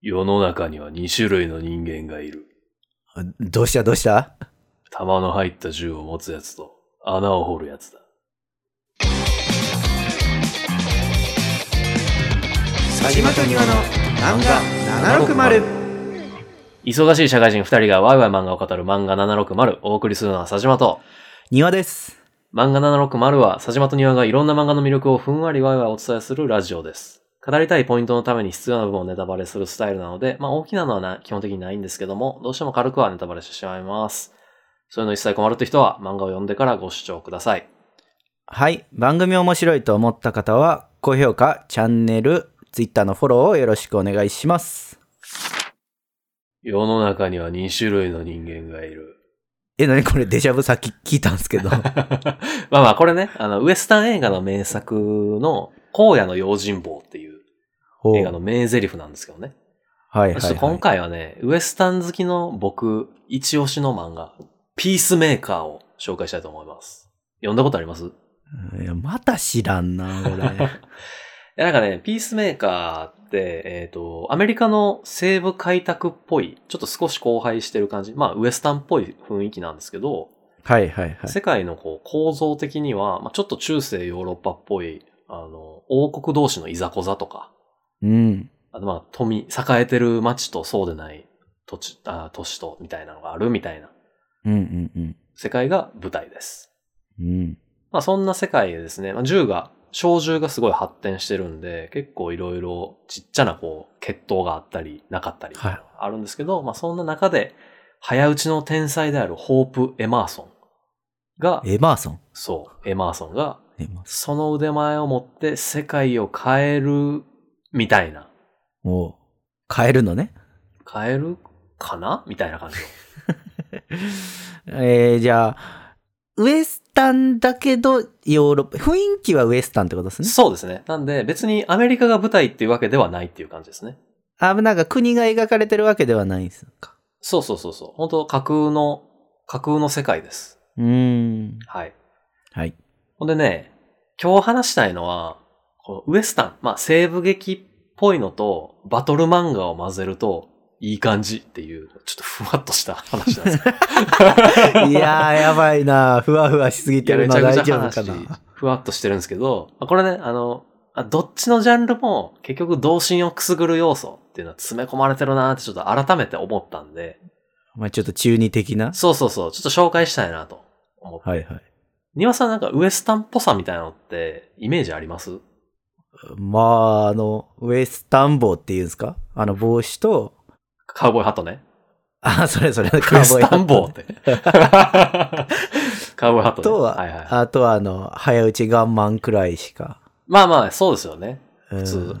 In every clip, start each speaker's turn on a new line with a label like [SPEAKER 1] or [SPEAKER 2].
[SPEAKER 1] 世の中には2種類の人間がいる。
[SPEAKER 2] どうしたどうした
[SPEAKER 1] 弾の入った銃を持つやつと穴を掘るやつだ。
[SPEAKER 2] 佐島と庭の漫画760
[SPEAKER 1] 忙しい社会人2人がワイワイ漫画を語る漫画760お送りするのは佐島と。
[SPEAKER 2] 庭です。
[SPEAKER 1] 漫画760は佐島と庭がいろんな漫画の魅力をふんわりワイワイお伝えするラジオです。語りたいポイントのために必要な部分をネタバレするスタイルなので、まあ大きなのはな基本的にないんですけども、どうしても軽くはネタバレしてしまいます。そういうの一切困るって人は漫画を読んでからご視聴ください。
[SPEAKER 2] はい。番組面白いと思った方は、高評価、チャンネル、ツイッターのフォローをよろしくお願いします。
[SPEAKER 1] 世の中には2種類の人間がいる。
[SPEAKER 2] え、なにこれデジャブさっき聞いたんですけど。
[SPEAKER 1] まあまあ、これね、あの、ウエスタン映画の名作の、荒野の用心棒っていう
[SPEAKER 2] ほう
[SPEAKER 1] 映画の名台詞なんですけどね。
[SPEAKER 2] はいはい、
[SPEAKER 1] ちょっと
[SPEAKER 2] は
[SPEAKER 1] 今
[SPEAKER 2] い。
[SPEAKER 1] 回はね、ウエスタン好きの僕、一押しの漫画、ピースメーカーを紹介したいと思います。読んだことありますい
[SPEAKER 2] いやまた知らんな、 俺。
[SPEAKER 1] や、なんかね、ピースメーカーって、えっ、と、アメリカの西部開拓っぽい、ちょっと少し荒廃してる感じ、まあ、ウエスタンっぽい雰囲気なんですけど、
[SPEAKER 2] はいはいはい。
[SPEAKER 1] 世界のこう構造的には、まあ、ちょっと中世ヨーロッパっぽい、あの、王国同士のいざこざとか、
[SPEAKER 2] うん。
[SPEAKER 1] あとまあ、富、栄えてる町とそうでない土地、あ都市と、みたいなのがあるみたいな
[SPEAKER 2] うんうんうん。
[SPEAKER 1] 世界が舞台です。
[SPEAKER 2] うん。
[SPEAKER 1] まあ、そんな世界でですね、まあ、銃が、小銃がすごい発展してるんで、結構いろいろちっちゃなこう、決闘があったり、なかったり、
[SPEAKER 2] はい
[SPEAKER 1] あるんですけど、まあ、そんな中で、早打ちの天才であるホープ・エマーソンが、
[SPEAKER 2] エマーソン。
[SPEAKER 1] そう、エマーソンが、
[SPEAKER 2] エマーソ
[SPEAKER 1] その腕前を持って世界を変える、みたいな。
[SPEAKER 2] ン。おう変えるのね。
[SPEAKER 1] 変えるかなみたいな感じの。
[SPEAKER 2] えー、じゃあ、ウエスタンだけどヨーロッパ、雰囲気はウエスタンってことですね。
[SPEAKER 1] そうですね。なんで、別にアメリカが舞台っていうわけではないっていう感じですね。
[SPEAKER 2] あ、なんか国が描かれてるわけではないんですか。
[SPEAKER 1] そうそうそうそう。本当架空の、架空の世界です。
[SPEAKER 2] うーん。
[SPEAKER 1] はい。
[SPEAKER 2] はい。
[SPEAKER 1] ほんでね、今日話したいのは、このウエスタン、まあ西部劇っぽいのと、バトル漫画を混ぜると、いい感じっていう、ちょっとふわっとした話なんですけど。
[SPEAKER 2] いやー、やばいなふわふわしすぎ
[SPEAKER 1] い
[SPEAKER 2] て
[SPEAKER 1] や
[SPEAKER 2] る
[SPEAKER 1] め
[SPEAKER 2] の
[SPEAKER 1] ちゃ
[SPEAKER 2] 大
[SPEAKER 1] くち
[SPEAKER 2] 丈
[SPEAKER 1] ゃ
[SPEAKER 2] 夫
[SPEAKER 1] 話
[SPEAKER 2] かな。
[SPEAKER 1] ふわっとしてるんですけど、まあこれね、あの、あどっちのジャンルも結局童心をくすぐる要素っていうのは詰め込まれてるなーってちょっと改めて思ったんで、
[SPEAKER 2] まあちょっと中二的な。
[SPEAKER 1] そうそうそう、ちょっと紹介したいなと思って。
[SPEAKER 2] はいはい。
[SPEAKER 1] 庭さんなんかウエスタンっぽさみたいなのってイメージあります
[SPEAKER 2] まあ、あの、ウエスタン帽っていうんですかあの帽子と、
[SPEAKER 1] カウボーイハットね。
[SPEAKER 2] あ、それそれ、カ
[SPEAKER 1] ウエスタン
[SPEAKER 2] ボ
[SPEAKER 1] ボ
[SPEAKER 2] ー
[SPEAKER 1] ーって。 カウボーイハットね。
[SPEAKER 2] とは、
[SPEAKER 1] はいはい。
[SPEAKER 2] あとはあの、早打ちガンマンくらいしか。
[SPEAKER 1] まあまあ、そうですよね。
[SPEAKER 2] 普
[SPEAKER 1] 普通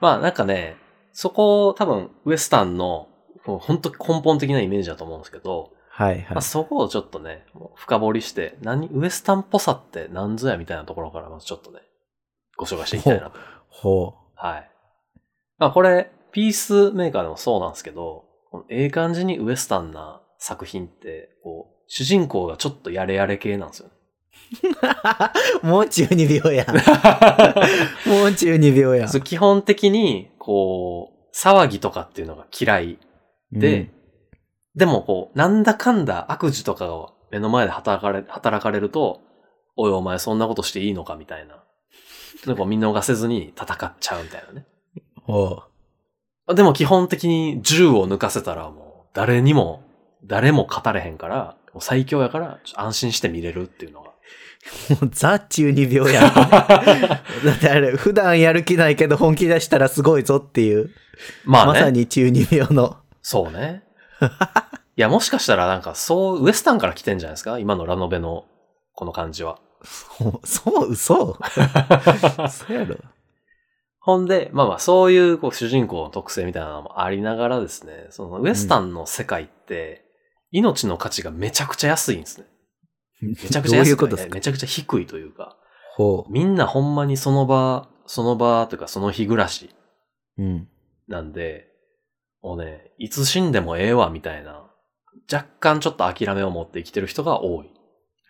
[SPEAKER 1] まあなんかね、そこ多分ウエスタンのもう本当根本的なイメージだと思うんですけど、
[SPEAKER 2] はいはい
[SPEAKER 1] まあ、。そこをちょっとね、もう深掘りして、何、ウエスタンっぽさって何ぞやみたいなところから、まずちょっとね、ご紹介していきたいなと。
[SPEAKER 2] ほ
[SPEAKER 1] はい。まあこれ、ピースメーカーでもそうなんですけど、このええ感じにウエスタンな作品って、こう、主人公がちょっとやれやれ系なんですよね。
[SPEAKER 2] う。もう中二病やん。もう中二病やん。
[SPEAKER 1] そう基本的に、こう、騒ぎとかっていうのが嫌いで、でもこう、なんだかんだ悪事とかを目の前で働かれ、働かれると、おいお前そんなことしていいのかみたいな。なんか見逃せずに戦っちゃうみたいなね。
[SPEAKER 2] うん、ほ
[SPEAKER 1] でも基本的に銃を抜かせたらもう誰にも、誰も勝たれへんから、もう最強やからちょっと安心して見れるっていうのが。
[SPEAKER 2] う。もうザ中二病やん。だってあれ、普段やる気ないけど本気出したらすごいぞっていう。
[SPEAKER 1] まあね。
[SPEAKER 2] まさに中二病の。
[SPEAKER 1] そうね。いや、もしかしたらなんかそう、ウエスタンから来てんじゃないですか今のラノベのこの感じは。
[SPEAKER 2] ほそう、嘘そうやろ。
[SPEAKER 1] ほんで、まあまあ、そういう、こう、主人公の特性みたいなのもありながらですね、その、ウエスタンの世界って、命の価値がめちゃくちゃ安いんですね。
[SPEAKER 2] め
[SPEAKER 1] めちゃくちゃ
[SPEAKER 2] どう
[SPEAKER 1] 安
[SPEAKER 2] い
[SPEAKER 1] いう
[SPEAKER 2] ことですか
[SPEAKER 1] めちゃくちゃ低いというか、
[SPEAKER 2] ほ
[SPEAKER 1] みんなほんまにその場、その場というかその日暮らし
[SPEAKER 2] う。うん。
[SPEAKER 1] なんで、もうね、いつ死んでもええわ、みたいな、若干ちょっと諦めを持って生きてる人が多い。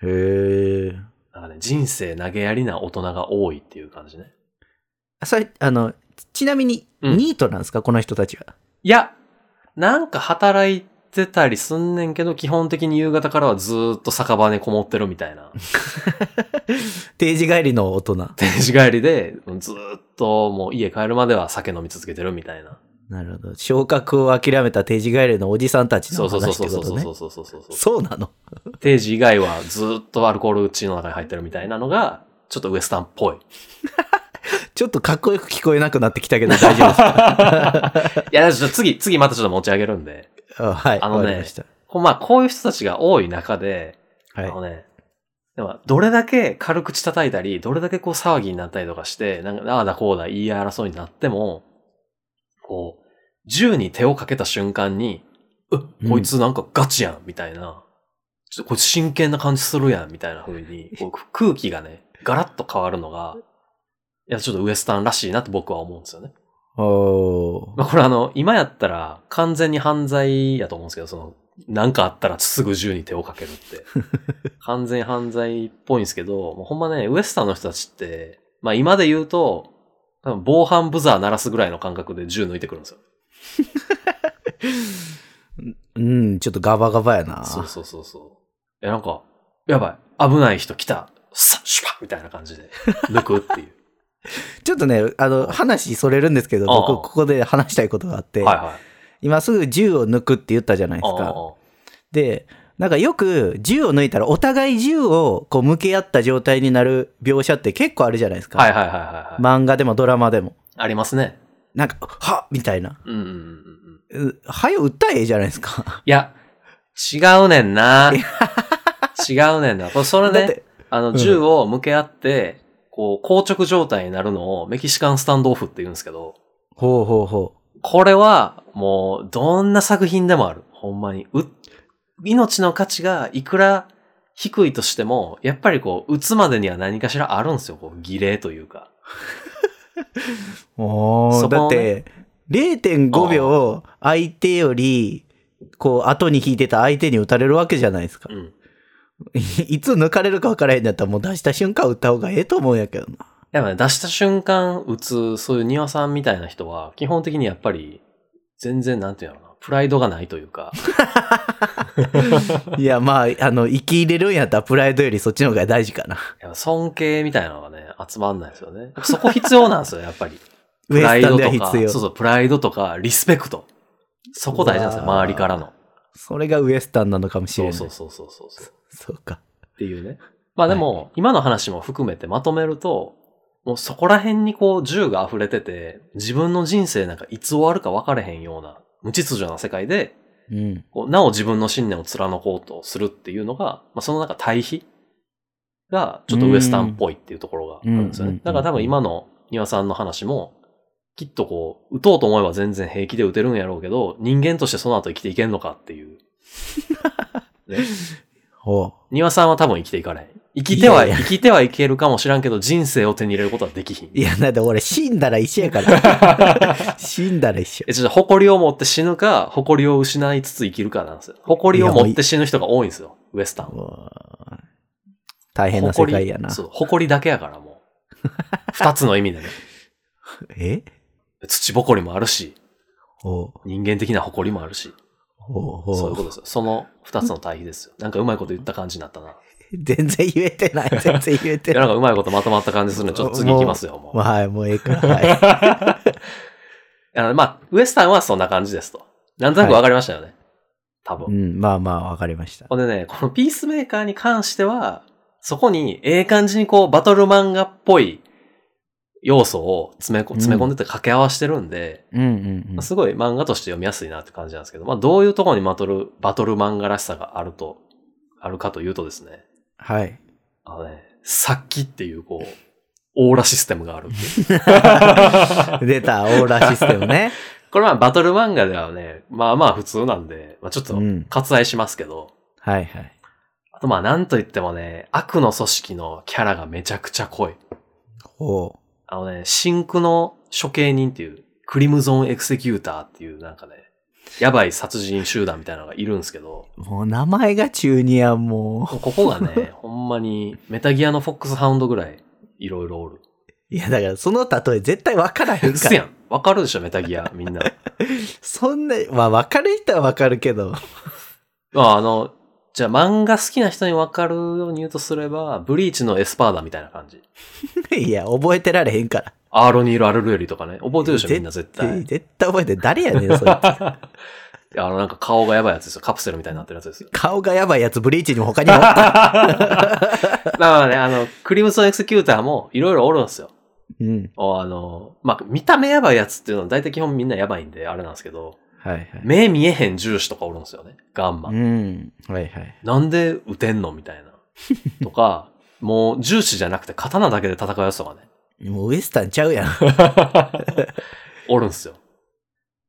[SPEAKER 2] へえ。
[SPEAKER 1] なんかね、人生投げやりな大人が多いっていう感じね。
[SPEAKER 2] それ、あの、ちなみに、
[SPEAKER 1] うん
[SPEAKER 2] ニートなんですか、この人たちは。
[SPEAKER 1] いや、なんか働いてたりすんねんけど、基本的に夕方からはずーっと酒場にこもってるみたい な。
[SPEAKER 2] 定時帰りの大人。
[SPEAKER 1] 定時帰りで、ずーっともう家帰るまでは酒飲み続けてるみたいな。
[SPEAKER 2] なるほど。昇格を諦めた定時帰りのおじさんたち
[SPEAKER 1] そ
[SPEAKER 2] の
[SPEAKER 1] うそうそう
[SPEAKER 2] 話っ
[SPEAKER 1] そ
[SPEAKER 2] て
[SPEAKER 1] う
[SPEAKER 2] こ
[SPEAKER 1] そうそう
[SPEAKER 2] とね
[SPEAKER 1] そ。うそうそうそう
[SPEAKER 2] そうなの
[SPEAKER 1] 定時以外はずーっとアルコール血の中に入ってるみたいなのが、ちょっとウエスタンっ ぽい。
[SPEAKER 2] ちょっとかっこよく聞こえなくなってきたけど大丈 夫ですか
[SPEAKER 1] いや、ちょっと次、次またちょっと持ち上げるんで。
[SPEAKER 2] あはい。
[SPEAKER 1] あのね
[SPEAKER 2] わかりました。
[SPEAKER 1] こうまあ、こういう人たちが多い中で、あ
[SPEAKER 2] は
[SPEAKER 1] のね、でもどれだけ軽口叩いたり、どれだけこう騒ぎになったりとかして、なんか、ああだこうだ言い争いになっても、こう、銃に手をかけた瞬間に、う
[SPEAKER 2] うん
[SPEAKER 1] っ、こいつなんかガチやん、みたいな、ちょっとこいつ真剣な感じするやん、みたいな風に、 こう空気がね、ガラッと変わるのが、いや、ちょっとウエスタンらしいなって僕は思うんですよね。
[SPEAKER 2] い。おー
[SPEAKER 1] まあ、これあの、今やったら完全に犯罪やと思うんですけど、その、なんかあったらすぐ銃に手をかける って。完全犯罪っぽいんですけど、もうほんまね、ウエスタンの人たちって、まあ今で言うと、多分防犯ブザー鳴らすぐらいの感覚で銃抜いてくるんですよ。
[SPEAKER 2] うん、ちょっとガバガバやな。
[SPEAKER 1] そうそうそうそう。え、なんか、やばい、危ない人来た、さシュパッみたいな感じで抜くって いう。
[SPEAKER 2] ちょっとね、あの、話それるんですけど、
[SPEAKER 1] ああ
[SPEAKER 2] 僕、ここで話したいことがあって、
[SPEAKER 1] はいはい。
[SPEAKER 2] 今すぐ銃を抜くって言ったじゃないですか。で、なんかよく銃を抜いたら、お互い銃をこう向け合った状態になる描写って結構あるじゃないですか。
[SPEAKER 1] はいはいはいはいはい。
[SPEAKER 2] 漫画でもドラマでも。
[SPEAKER 1] ありますね。
[SPEAKER 2] なんか、はっみたいな。
[SPEAKER 1] うんうんうんうん。
[SPEAKER 2] うはよ、訴えええじゃないですか。
[SPEAKER 1] いや、違うねん な。違うねんな。これそれ
[SPEAKER 2] だっ
[SPEAKER 1] ね、
[SPEAKER 2] て、
[SPEAKER 1] あの、
[SPEAKER 2] うん
[SPEAKER 1] 銃を向け合って、こう、硬直状態になるのをメキシカンスタンドオフって言うんですけど、
[SPEAKER 2] ほうほうほ
[SPEAKER 1] これは、もう、どんな作品でもある。ほんまに。う、命の価値がいくら低いとしても、やっぱりこう、撃つまでには何かしらあるんですよ。こう、儀礼というか。
[SPEAKER 2] う。お
[SPEAKER 1] そ
[SPEAKER 2] ーだ
[SPEAKER 1] こ
[SPEAKER 2] っ
[SPEAKER 1] をね
[SPEAKER 2] て、0.5秒相手より、こう、後に引いてた相手に打たれるわけじゃないですか
[SPEAKER 1] う。ん。
[SPEAKER 2] いつ抜かれるか分からへんだったら、もう出した瞬間打った方がええと思うんやけどな。
[SPEAKER 1] やっぱね、出した瞬間打つ、そういう庭さんみたいな人は、基本的にやっぱり、全然、なんていうのかな、プライドがないというか、
[SPEAKER 2] いや、まあ、あの、生き入れるんやったらプライドよりそっちの方が大事かな。
[SPEAKER 1] やっぱ尊敬みたいなのがね、集まんないですよね。そこ必要なん ですよ、やっぱり。
[SPEAKER 2] ウ
[SPEAKER 1] プ
[SPEAKER 2] エ
[SPEAKER 1] ラ
[SPEAKER 2] ス
[SPEAKER 1] イ
[SPEAKER 2] タン
[SPEAKER 1] ド
[SPEAKER 2] では
[SPEAKER 1] とか、
[SPEAKER 2] 必
[SPEAKER 1] そう
[SPEAKER 2] 要。
[SPEAKER 1] そう、プライドとか、リスペクト。そこ大事なんですよ、
[SPEAKER 2] うわー
[SPEAKER 1] 周りからの。
[SPEAKER 2] それがウエスタンなのかもしれ
[SPEAKER 1] そ
[SPEAKER 2] な
[SPEAKER 1] う
[SPEAKER 2] い。
[SPEAKER 1] そうそうそうそうそう。
[SPEAKER 2] そうか。
[SPEAKER 1] っていうね。まあでも、今の話も含めてまとめると、もうそこら辺にこう銃が溢れてて、自分の人生なんかいつ終わるか分かれへんような、無秩序な世界で、
[SPEAKER 2] うん。
[SPEAKER 1] こうなお自分の信念を貫こうとするっていうのが、まあ、そのなんか対比がちょっとウエスタンっぽいっていうところがあるんですよ
[SPEAKER 2] うんうんうんう
[SPEAKER 1] ね
[SPEAKER 2] ん。
[SPEAKER 1] だから多分今の庭さんの話も、きっとこう、打とうと思えば全然平気で打てるんやろうけど、人間としてその後生きていけんのかっていう。ね、
[SPEAKER 2] ほ
[SPEAKER 1] 庭さんは多分生きていかない。生きては、
[SPEAKER 2] いやい
[SPEAKER 1] 生きてはいけるかもしらんけど、人生を手に入れることはできひん。
[SPEAKER 2] う。いや、だって俺死んだら一緒や から。死んだら一緒。
[SPEAKER 1] え、ちょっと誇りを持って死ぬか、誇りを失いつつ生きるかなんですよ。誇りを持って死ぬ人が多いんですよ、ウエスタンは。
[SPEAKER 2] うわ大変な世界やな。
[SPEAKER 1] そう、誇りだけやからも う。二つの意味でね。
[SPEAKER 2] え
[SPEAKER 1] 土ぼこりもあるし、
[SPEAKER 2] ほう。
[SPEAKER 1] 人間的な誇りもあるし、
[SPEAKER 2] ほうほう。
[SPEAKER 1] そういうことですよ。その二つの対比ですよ。なんかうまいこと言った感じになったな。
[SPEAKER 2] 全然言えて ない。全然言え
[SPEAKER 1] い
[SPEAKER 2] て
[SPEAKER 1] や、
[SPEAKER 2] ない。
[SPEAKER 1] なんかうまいことまとまった感じするんで、ちょっと次行きますよ、もう。
[SPEAKER 2] はい、もうええから。 はい
[SPEAKER 1] あのまあ、ウエスタンはそんな感じですと。なんとなくわかりましたよね。多
[SPEAKER 2] う
[SPEAKER 1] 分。
[SPEAKER 2] ん、まあまあ、わかりました。
[SPEAKER 1] ほんでね、このピースメーカーに関しては、そこにええ感じにこう、バトル漫画っぽい要素を詰めこ詰め込んでて掛け合わしてるんで、
[SPEAKER 2] うんうんうん
[SPEAKER 1] まあ。すごい漫画として読みやすいなって感じなんですけど、まあどういうところにバトル、バトル漫画らしさがあると、あるかというとですね、
[SPEAKER 2] はい。
[SPEAKER 1] あのね、殺気っていうこう、オーラシステムがあるっていう。
[SPEAKER 2] 出た、オーラシステム ね。
[SPEAKER 1] これはバトル漫画ではね、まあまあ普通なんで、まあちょっと
[SPEAKER 2] うん
[SPEAKER 1] 割愛しますけど、
[SPEAKER 2] はいはい。
[SPEAKER 1] あとまあなんといってもね、悪の組織のキャラがめちゃくちゃ濃い。
[SPEAKER 2] ほ
[SPEAKER 1] あのね、真空の処刑人っていう、クリムゾンエクセキューターっていうなんかね、やばい殺人集団みたいなのがいるんですけど、
[SPEAKER 2] う。もう名前が中二やん、も
[SPEAKER 1] ここがね、ほんまに、メタギアのフォックスハウンドぐらい、いろいろおる。
[SPEAKER 2] いや、だからその例え絶対分からへん
[SPEAKER 1] う
[SPEAKER 2] か
[SPEAKER 1] すや
[SPEAKER 2] ら。
[SPEAKER 1] ん。わかるでしょ、メタギア、みんな。
[SPEAKER 2] そんな、まあ分かる人は分かるけど。
[SPEAKER 1] まあ、あの、じゃあ漫画好きな人にわかるように言うとすれば、ブリーチのエスパーダみたいな感じ。
[SPEAKER 2] いや、覚えてられへんから。
[SPEAKER 1] アーロニール・アルルエリとかね。覚えてるでしょ、みんな絶対。
[SPEAKER 2] 絶対覚えてる誰やねん、そ れ。
[SPEAKER 1] あの、なんか顔がやばいやつですよ。カプセルみたいになってるやつです よ。
[SPEAKER 2] 顔がやばいやつ、ブリーチにも他にもお った。
[SPEAKER 1] だからね、あの、クリムソンエクセキューターもいろいろおるんですよ。
[SPEAKER 2] うん。
[SPEAKER 1] あの、まあ、見た目やばいやつっていうのは大体基本みんなやばいんで、あれなんですけど、
[SPEAKER 2] はいはい。
[SPEAKER 1] 目見えへん重視とかおるんですよね。ガンマ。
[SPEAKER 2] うん。はいはい。
[SPEAKER 1] なんで撃てんのみたいな。とか、 もう重視じゃなくて刀だけで戦うやつとか ね。
[SPEAKER 2] もうウエスタンちゃうやん。
[SPEAKER 1] おるんすよ。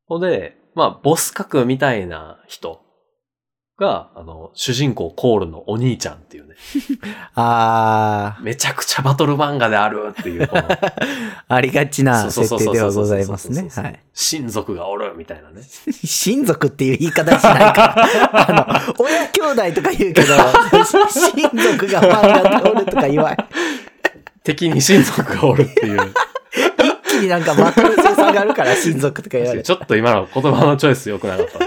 [SPEAKER 1] ほんで、まあ、ボス格みたいな人が、あの、主人公コールのお兄ちゃんっていうね、
[SPEAKER 2] あ
[SPEAKER 1] めちゃくちゃバトル漫画であるっていう、こ の、
[SPEAKER 2] ー、ありがちな設定ではございますね。
[SPEAKER 1] そうそうそうそうそうそう
[SPEAKER 2] はい。
[SPEAKER 1] 親族がおるみたいなね。
[SPEAKER 2] 親族っていう言い方しないから。あの、親兄弟とか言うけど、親族が漫画でおるとか言わん。
[SPEAKER 1] 敵に親族がおるって いう。
[SPEAKER 2] 一気になんかバトル性下がるから、親族とか言われ
[SPEAKER 1] ちょっと今の言葉のチョイス良くなかった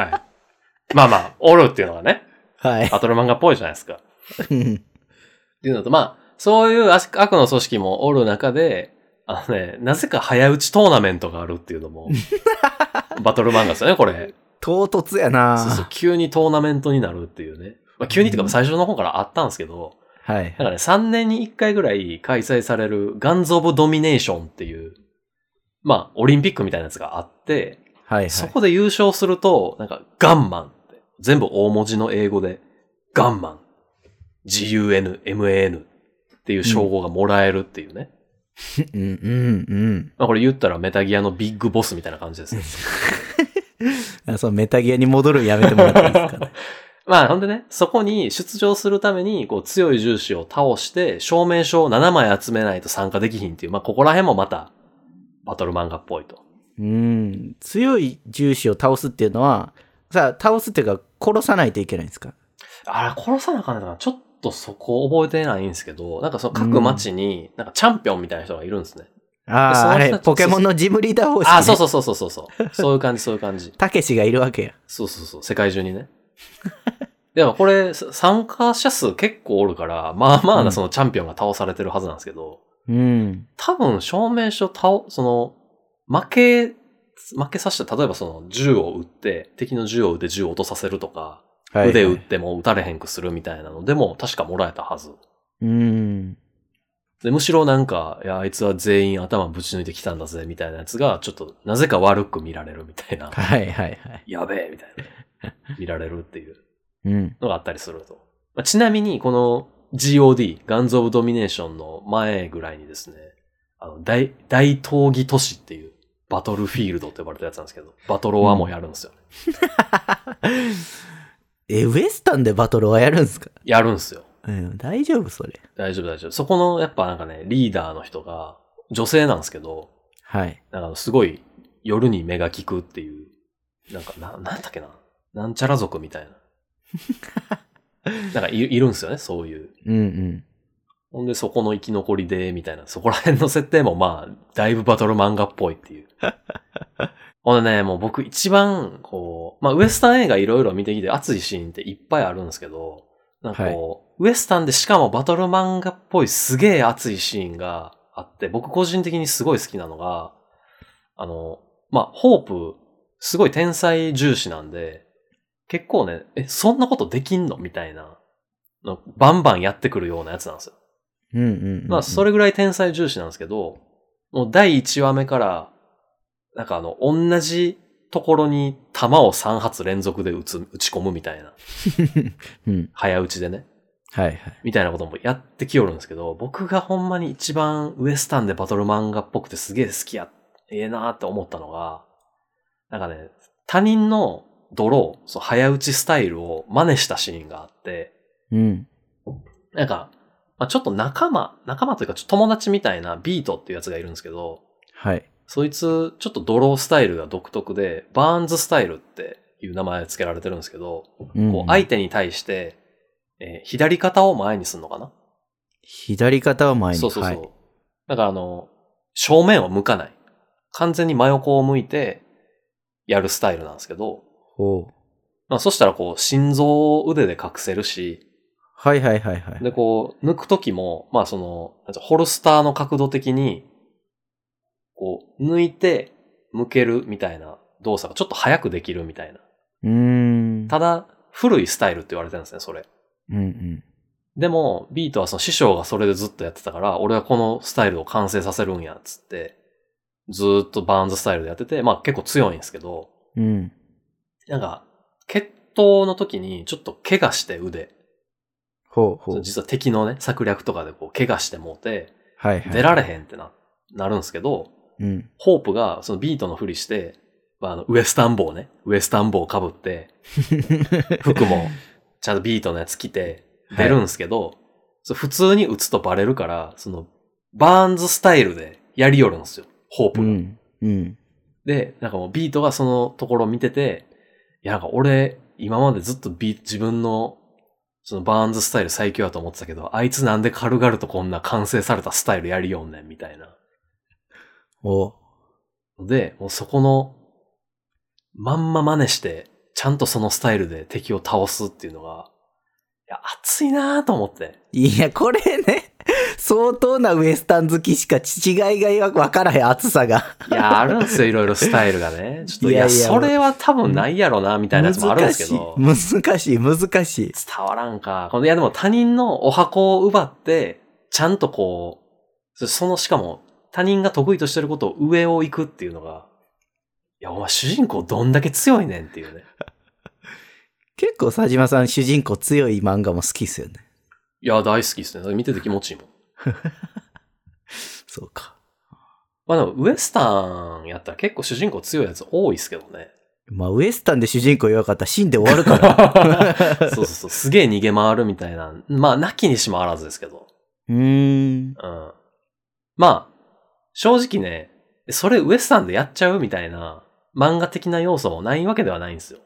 [SPEAKER 1] な。はい。まあまあ、おるっていうのがね、
[SPEAKER 2] はい。
[SPEAKER 1] バトル漫画っぽいじゃないですか。
[SPEAKER 2] うん
[SPEAKER 1] っていうのと、まあ、そういう悪悪の組織もおる中で、あのね、なぜか早打ちトーナメントがあるっていうの も、バトル漫画ですよね、これ。
[SPEAKER 2] 唐突や
[SPEAKER 1] そうそう
[SPEAKER 2] な、
[SPEAKER 1] 急にトーナメントになるっていうね。まあ、急にっていう
[SPEAKER 2] うん
[SPEAKER 1] か最初の方からあったんですけど、
[SPEAKER 2] はい
[SPEAKER 1] だ。からね、3年に1回ぐらい開催されるガンズ・オブ・ドミネーションっていう、まあ、オリンピックみたいなやつがあって、
[SPEAKER 2] はいは
[SPEAKER 1] そ
[SPEAKER 2] い。
[SPEAKER 1] こで優勝すると、なんか、ガンマンって、全部大文字の英語で、ガンマン、GUN、MAN っていう称号がもらえるっていうね。
[SPEAKER 2] うんうん
[SPEAKER 1] まあこれ言ったらメタギアのビッグボスみたいな感じです ね。
[SPEAKER 2] うん。そのメタギアに戻るんやめてもらっていいですか ね。
[SPEAKER 1] まあ、ほんでね、そこに出場するために、こう、強い重視を倒して、証明書を7枚集めないと参加できひんっていう、まあ、ここら辺もまた、バトル漫画っぽいと。
[SPEAKER 2] うん。強い重視を倒すっていうのは、さあ、倒すっていうか、殺さないといけないんですか
[SPEAKER 1] あれ、殺さなあかんねんな。ちょっとそこ覚えてないんですけど、なんかその各町に、なんかチャンピオンみたいな人がいるんですね。
[SPEAKER 2] あ
[SPEAKER 1] そ
[SPEAKER 2] あ、
[SPEAKER 1] の
[SPEAKER 2] あ
[SPEAKER 1] 人
[SPEAKER 2] れ、
[SPEAKER 1] たち
[SPEAKER 2] ポケモンのジムリーダー方式、ね。
[SPEAKER 1] あ、そう
[SPEAKER 2] う。
[SPEAKER 1] そうそうそうそうそう。そういう感じ、そういう感じ。
[SPEAKER 2] たけしがいるわけや。
[SPEAKER 1] そうそうそう、世界中 にね。でもこれ、さ参加者数結構おるから、まあまあ
[SPEAKER 2] う
[SPEAKER 1] なんそのチャンピオンが倒されてるはずなんですけど、
[SPEAKER 2] うん。
[SPEAKER 1] 多分証明書倒、その、負け、負けさせた、例えばその銃を撃って、敵の銃を撃って銃を落とさせるとか、
[SPEAKER 2] は
[SPEAKER 1] 腕撃っても撃たれへんくするみたいなのでも確かもらえたはず。
[SPEAKER 2] うん。
[SPEAKER 1] で、むしろなんか、いや、あいつは全員頭ぶち抜いてきたんだぜ、みたいなやつが、ちょっと、なぜか悪く見られるみたいな。
[SPEAKER 2] はいはいはい。
[SPEAKER 1] やべえみたいな。見られるっていう
[SPEAKER 2] うん。
[SPEAKER 1] のがあったりすると。まあちなみに、この GOD、ガンズ・オブ・ドミネーションの前ぐらいにですね、あの大、大闘技都市っていう、バトルフィールドって呼ばれたやつなんですけど、バトロワもやるんですよ、ね
[SPEAKER 2] え、ウエスタンでバトルはやるんすか
[SPEAKER 1] やるんですよ。
[SPEAKER 2] うん、大丈夫それ。
[SPEAKER 1] 大丈夫大丈夫。そこの、やっぱなんかね、リーダーの人が、女性なんですけど、
[SPEAKER 2] はい。
[SPEAKER 1] なんかあのすごい夜に目が利くっていう、なんか、な、なんだっけな、なんちゃら族みたいな。なんかいいるんですよね、そういう。
[SPEAKER 2] うんうん。
[SPEAKER 1] ほんで、そこの生き残りで、みたいな。そこら辺の設定も、まあ、だいぶバトル漫画っぽいっていう。ほんでね、もう僕一番、こう、まあ、ウエスタン映画いろいろ見てきて、熱いシーンっていっぱいあるんですけど、なんかこう、ウエスタンでしかもバトル漫画っぽいすげえ熱いシーンがあって、僕個人的にすごい好きなのが、あの、まあ、ホープ、すごい天才重視なんで、結構ね、え、そんなことできんのみたいな、のバンバンやってくるようなやつなんですよ。
[SPEAKER 2] うんうんうんうん。
[SPEAKER 1] まあ、それぐらい天才重視なんですけど、もう第1話目から、なんかあの、同じところに弾を3発連続で撃つ、撃ち込むみたいな、
[SPEAKER 2] うん。
[SPEAKER 1] 早打ちでね、
[SPEAKER 2] はいはい。
[SPEAKER 1] みたいなこともやってきよるんですけど、僕がほんまに一番ウエスタンでバトル漫画っぽくてすげえ好きや、ええなーって思ったのが、なんかね、他人のドロー、その早打ちスタイルを真似したシーンがあって、
[SPEAKER 2] うん。
[SPEAKER 1] なんか、まあ、ちょっと仲間、仲間というかちょっと友達みたいなビートっていうやつがいるんですけど、
[SPEAKER 2] はい。
[SPEAKER 1] そいつ、ちょっとドロースタイルが独特で、バーンズスタイルっていう名前付けられてるんですけど、
[SPEAKER 2] うん
[SPEAKER 1] こう相手に対して、えー左肩を前にするのかな
[SPEAKER 2] 左肩を前に。
[SPEAKER 1] そうそうそう。
[SPEAKER 2] はい
[SPEAKER 1] だからあの、正面を向かない。完全に真横を向いてやるスタイルなんですけど、
[SPEAKER 2] おう
[SPEAKER 1] まあそしたらこう心臓を腕で隠せるし、
[SPEAKER 2] はいはいはいはい。
[SPEAKER 1] でこう抜くときも、まあその、なんていうのホルスターの角度的に、こう抜いて向けるみたいな動作がちょっと早くできるみたいな。
[SPEAKER 2] うーん。
[SPEAKER 1] ただ古いスタイルって言われてるんですね、それ。
[SPEAKER 2] うんうん。
[SPEAKER 1] でも、ビートはその師匠がそれでずっとやってたから、俺はこのスタイルを完成させるんや、つって、ずーっとバーンズスタイルでやってて、まあ結構強いんですけど、
[SPEAKER 2] うん。
[SPEAKER 1] なんか、決闘の時にちょっと怪我して腕、
[SPEAKER 2] ほうほう。
[SPEAKER 1] 実は敵のね、策略とかでこう怪我してもうて、
[SPEAKER 2] はいはい。
[SPEAKER 1] 出られへんってな、なるんですけど、
[SPEAKER 2] うん。
[SPEAKER 1] ホープがそのビートのふりして、まあ、あのウエスタン帽ね、ウエスタン帽被って、 服 もちゃんとビートのやつ着て出るんですけど、そう普通に打つとバレるから、その、バーンズスタイルでやりよるんですよ、ホープ
[SPEAKER 2] う
[SPEAKER 1] が。
[SPEAKER 2] ん。うん。
[SPEAKER 1] で、なんかもうビートがそのところを見てて、いやなんか俺、今までずっとビ自分の、そのバーンズスタイル最強だと思ってたけど、あいつなんで軽々とこんな完成されたスタイルやりよんねん、みたいな。
[SPEAKER 2] お
[SPEAKER 1] で、もうそこの、まんま真似して、ちゃんとそのスタイルで敵を倒すっていうのが、いや、熱いなぁと思って。
[SPEAKER 2] いや、これね、 相当なウエスタン好きしか違いがわからへん、厚さが。
[SPEAKER 1] いや、あるんですよ、いろいろスタイルが ね。ちょっと、いや、
[SPEAKER 2] いやいや
[SPEAKER 1] それは多分ないやろな、みたいなやつもあるんですけど。
[SPEAKER 2] 難しい、難しい、難しい。
[SPEAKER 1] 伝わらんか。このいや、でも他人のお箱を奪って、ちゃんとこう、その、しかも、他人が得意としてることを上を行くっていうのが、いや、お前主人公どんだけ強いねんっていうね。
[SPEAKER 2] 結構佐島さん主人公強い漫画も好きっすよね。
[SPEAKER 1] いや、大好きですね。見てて気持ちいいもん。
[SPEAKER 2] そうか。
[SPEAKER 1] まあでも、ウエスタンやったら結構主人公強いやつ多いですけどね。
[SPEAKER 2] まあ、ウエスタンで主人公弱かったら死んで終わるから。
[SPEAKER 1] そうそうそう、すげえ逃げ回るみたいな。まあ、なきにしもあらずですけど。
[SPEAKER 2] うーん。
[SPEAKER 1] うん。まあ、正直ね、それウエスタンでやっちゃうみたいな漫画的な要素もないわけではないんですよ。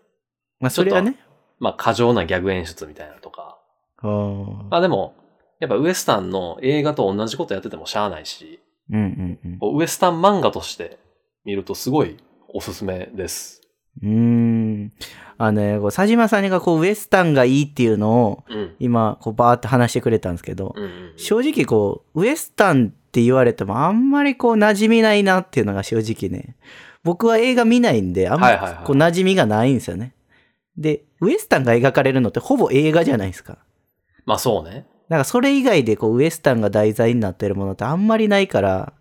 [SPEAKER 2] まあ、それはね。
[SPEAKER 1] まあ、過剰なギャグ演出みたいなのとか。
[SPEAKER 2] あー
[SPEAKER 1] まあでも、やっぱウエスタンの映画と同じことやっててもしゃあないし、
[SPEAKER 2] うんうんうん。
[SPEAKER 1] こうウエスタン漫画として見るとすごいおすすめです。
[SPEAKER 2] うーん。あのね、こう佐島さんがこう、ウエスタンがいいっていうのを、
[SPEAKER 1] うん。
[SPEAKER 2] 今、こう、バーって話してくれたんですけど、
[SPEAKER 1] うんうんうん、
[SPEAKER 2] 正直こう、ウエスタンって言われても、あんまりこう、馴染みないなっていうのが正直ね、僕は映画見ないんで、あんま
[SPEAKER 1] はい
[SPEAKER 2] り
[SPEAKER 1] はいはい
[SPEAKER 2] こう、馴染みがないんですよね。で、ウエスタンが描かれるのってほぼ映画じゃないですか。
[SPEAKER 1] まあそうね。
[SPEAKER 2] なんかそれ以外でこうウエスタンが題材になってるものってあんまりないから、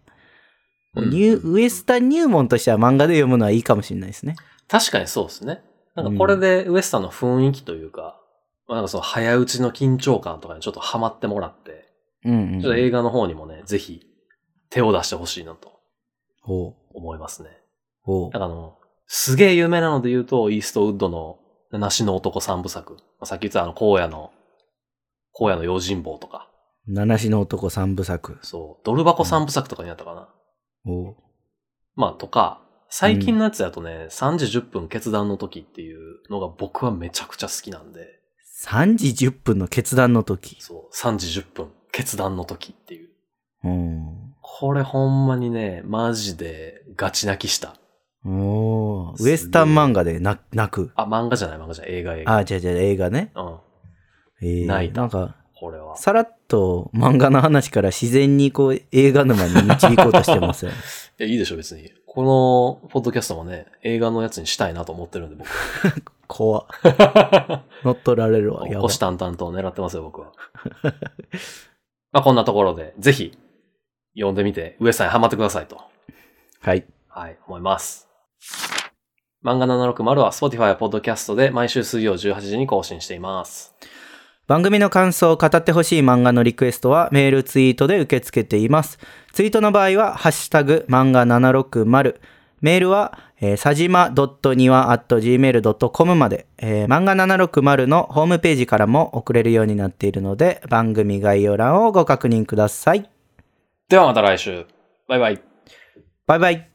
[SPEAKER 1] うん
[SPEAKER 2] ニューウエスタン入門としては漫画で読むのはいいかもしれないですね。
[SPEAKER 1] 確かにそうですね。なんかこれでウエスタンの雰囲気というか、まあなんかその早打ちの緊張感とかにちょっとハマってもらって、
[SPEAKER 2] うん、うん。
[SPEAKER 1] ちょっと映画の方にもね、ぜひ手を出してほしいなと
[SPEAKER 2] ほう
[SPEAKER 1] 思いますね。
[SPEAKER 2] ほ
[SPEAKER 1] なんかあの、すげえ有名なので言うと、イーストウッドの七死の男三部作。まあさっき言ったあの、荒野の、荒野の用心棒とか、
[SPEAKER 2] う。七死の男三部作。
[SPEAKER 1] そう、ドル箱三部作とかになったかな。
[SPEAKER 2] ほう。
[SPEAKER 1] まあ、とか、最近のやつだとね、3時10分決断の時っていうのが僕はめちゃくちゃ好きなんで、
[SPEAKER 2] 3時10分の決断の時。
[SPEAKER 1] そう、3時10分、決断の時っていう。
[SPEAKER 2] うん。
[SPEAKER 1] これほんまにね、マジでガチ泣きした。
[SPEAKER 2] おー
[SPEAKER 1] す
[SPEAKER 2] ウ
[SPEAKER 1] げえ
[SPEAKER 2] エスタン漫画でな泣く。
[SPEAKER 1] あ、漫画じゃない漫画じゃない、映画映画。
[SPEAKER 2] あ、違う違う、映画ね。
[SPEAKER 1] うん、
[SPEAKER 2] えー、
[SPEAKER 1] 泣いた
[SPEAKER 2] なんか、
[SPEAKER 1] これは。
[SPEAKER 2] さらっと漫画の話から自然にこう映画沼に導こうとしてます よね。
[SPEAKER 1] いや、いいでしょ、別に。この、ポッドキャストもね、映画のやつにしたいなと思ってるんで、僕。
[SPEAKER 2] 怖っ乗っ取られるわ。 やば
[SPEAKER 1] 虎視眈々と狙ってますよ、僕は。 まあ、こんなところで、ぜひ、読んでみて、上さんにハマってくださいと。
[SPEAKER 2] はい。
[SPEAKER 1] はい、思います。漫画760は Spotify や Podcast で毎週水曜18時に更新しています。
[SPEAKER 2] 番組の感想を語ってほしい漫画のリクエストはメールツイートで受け付けています。ツイートの場合は、ハッシュタグ漫画760。メールは、えー、さじま .niwa.gmail.com まで、えー漫画760のホームページからも送れるようになっているので、番組概要欄をご確認ください。
[SPEAKER 1] ではまた来週。バイバイ。
[SPEAKER 2] バイバイ。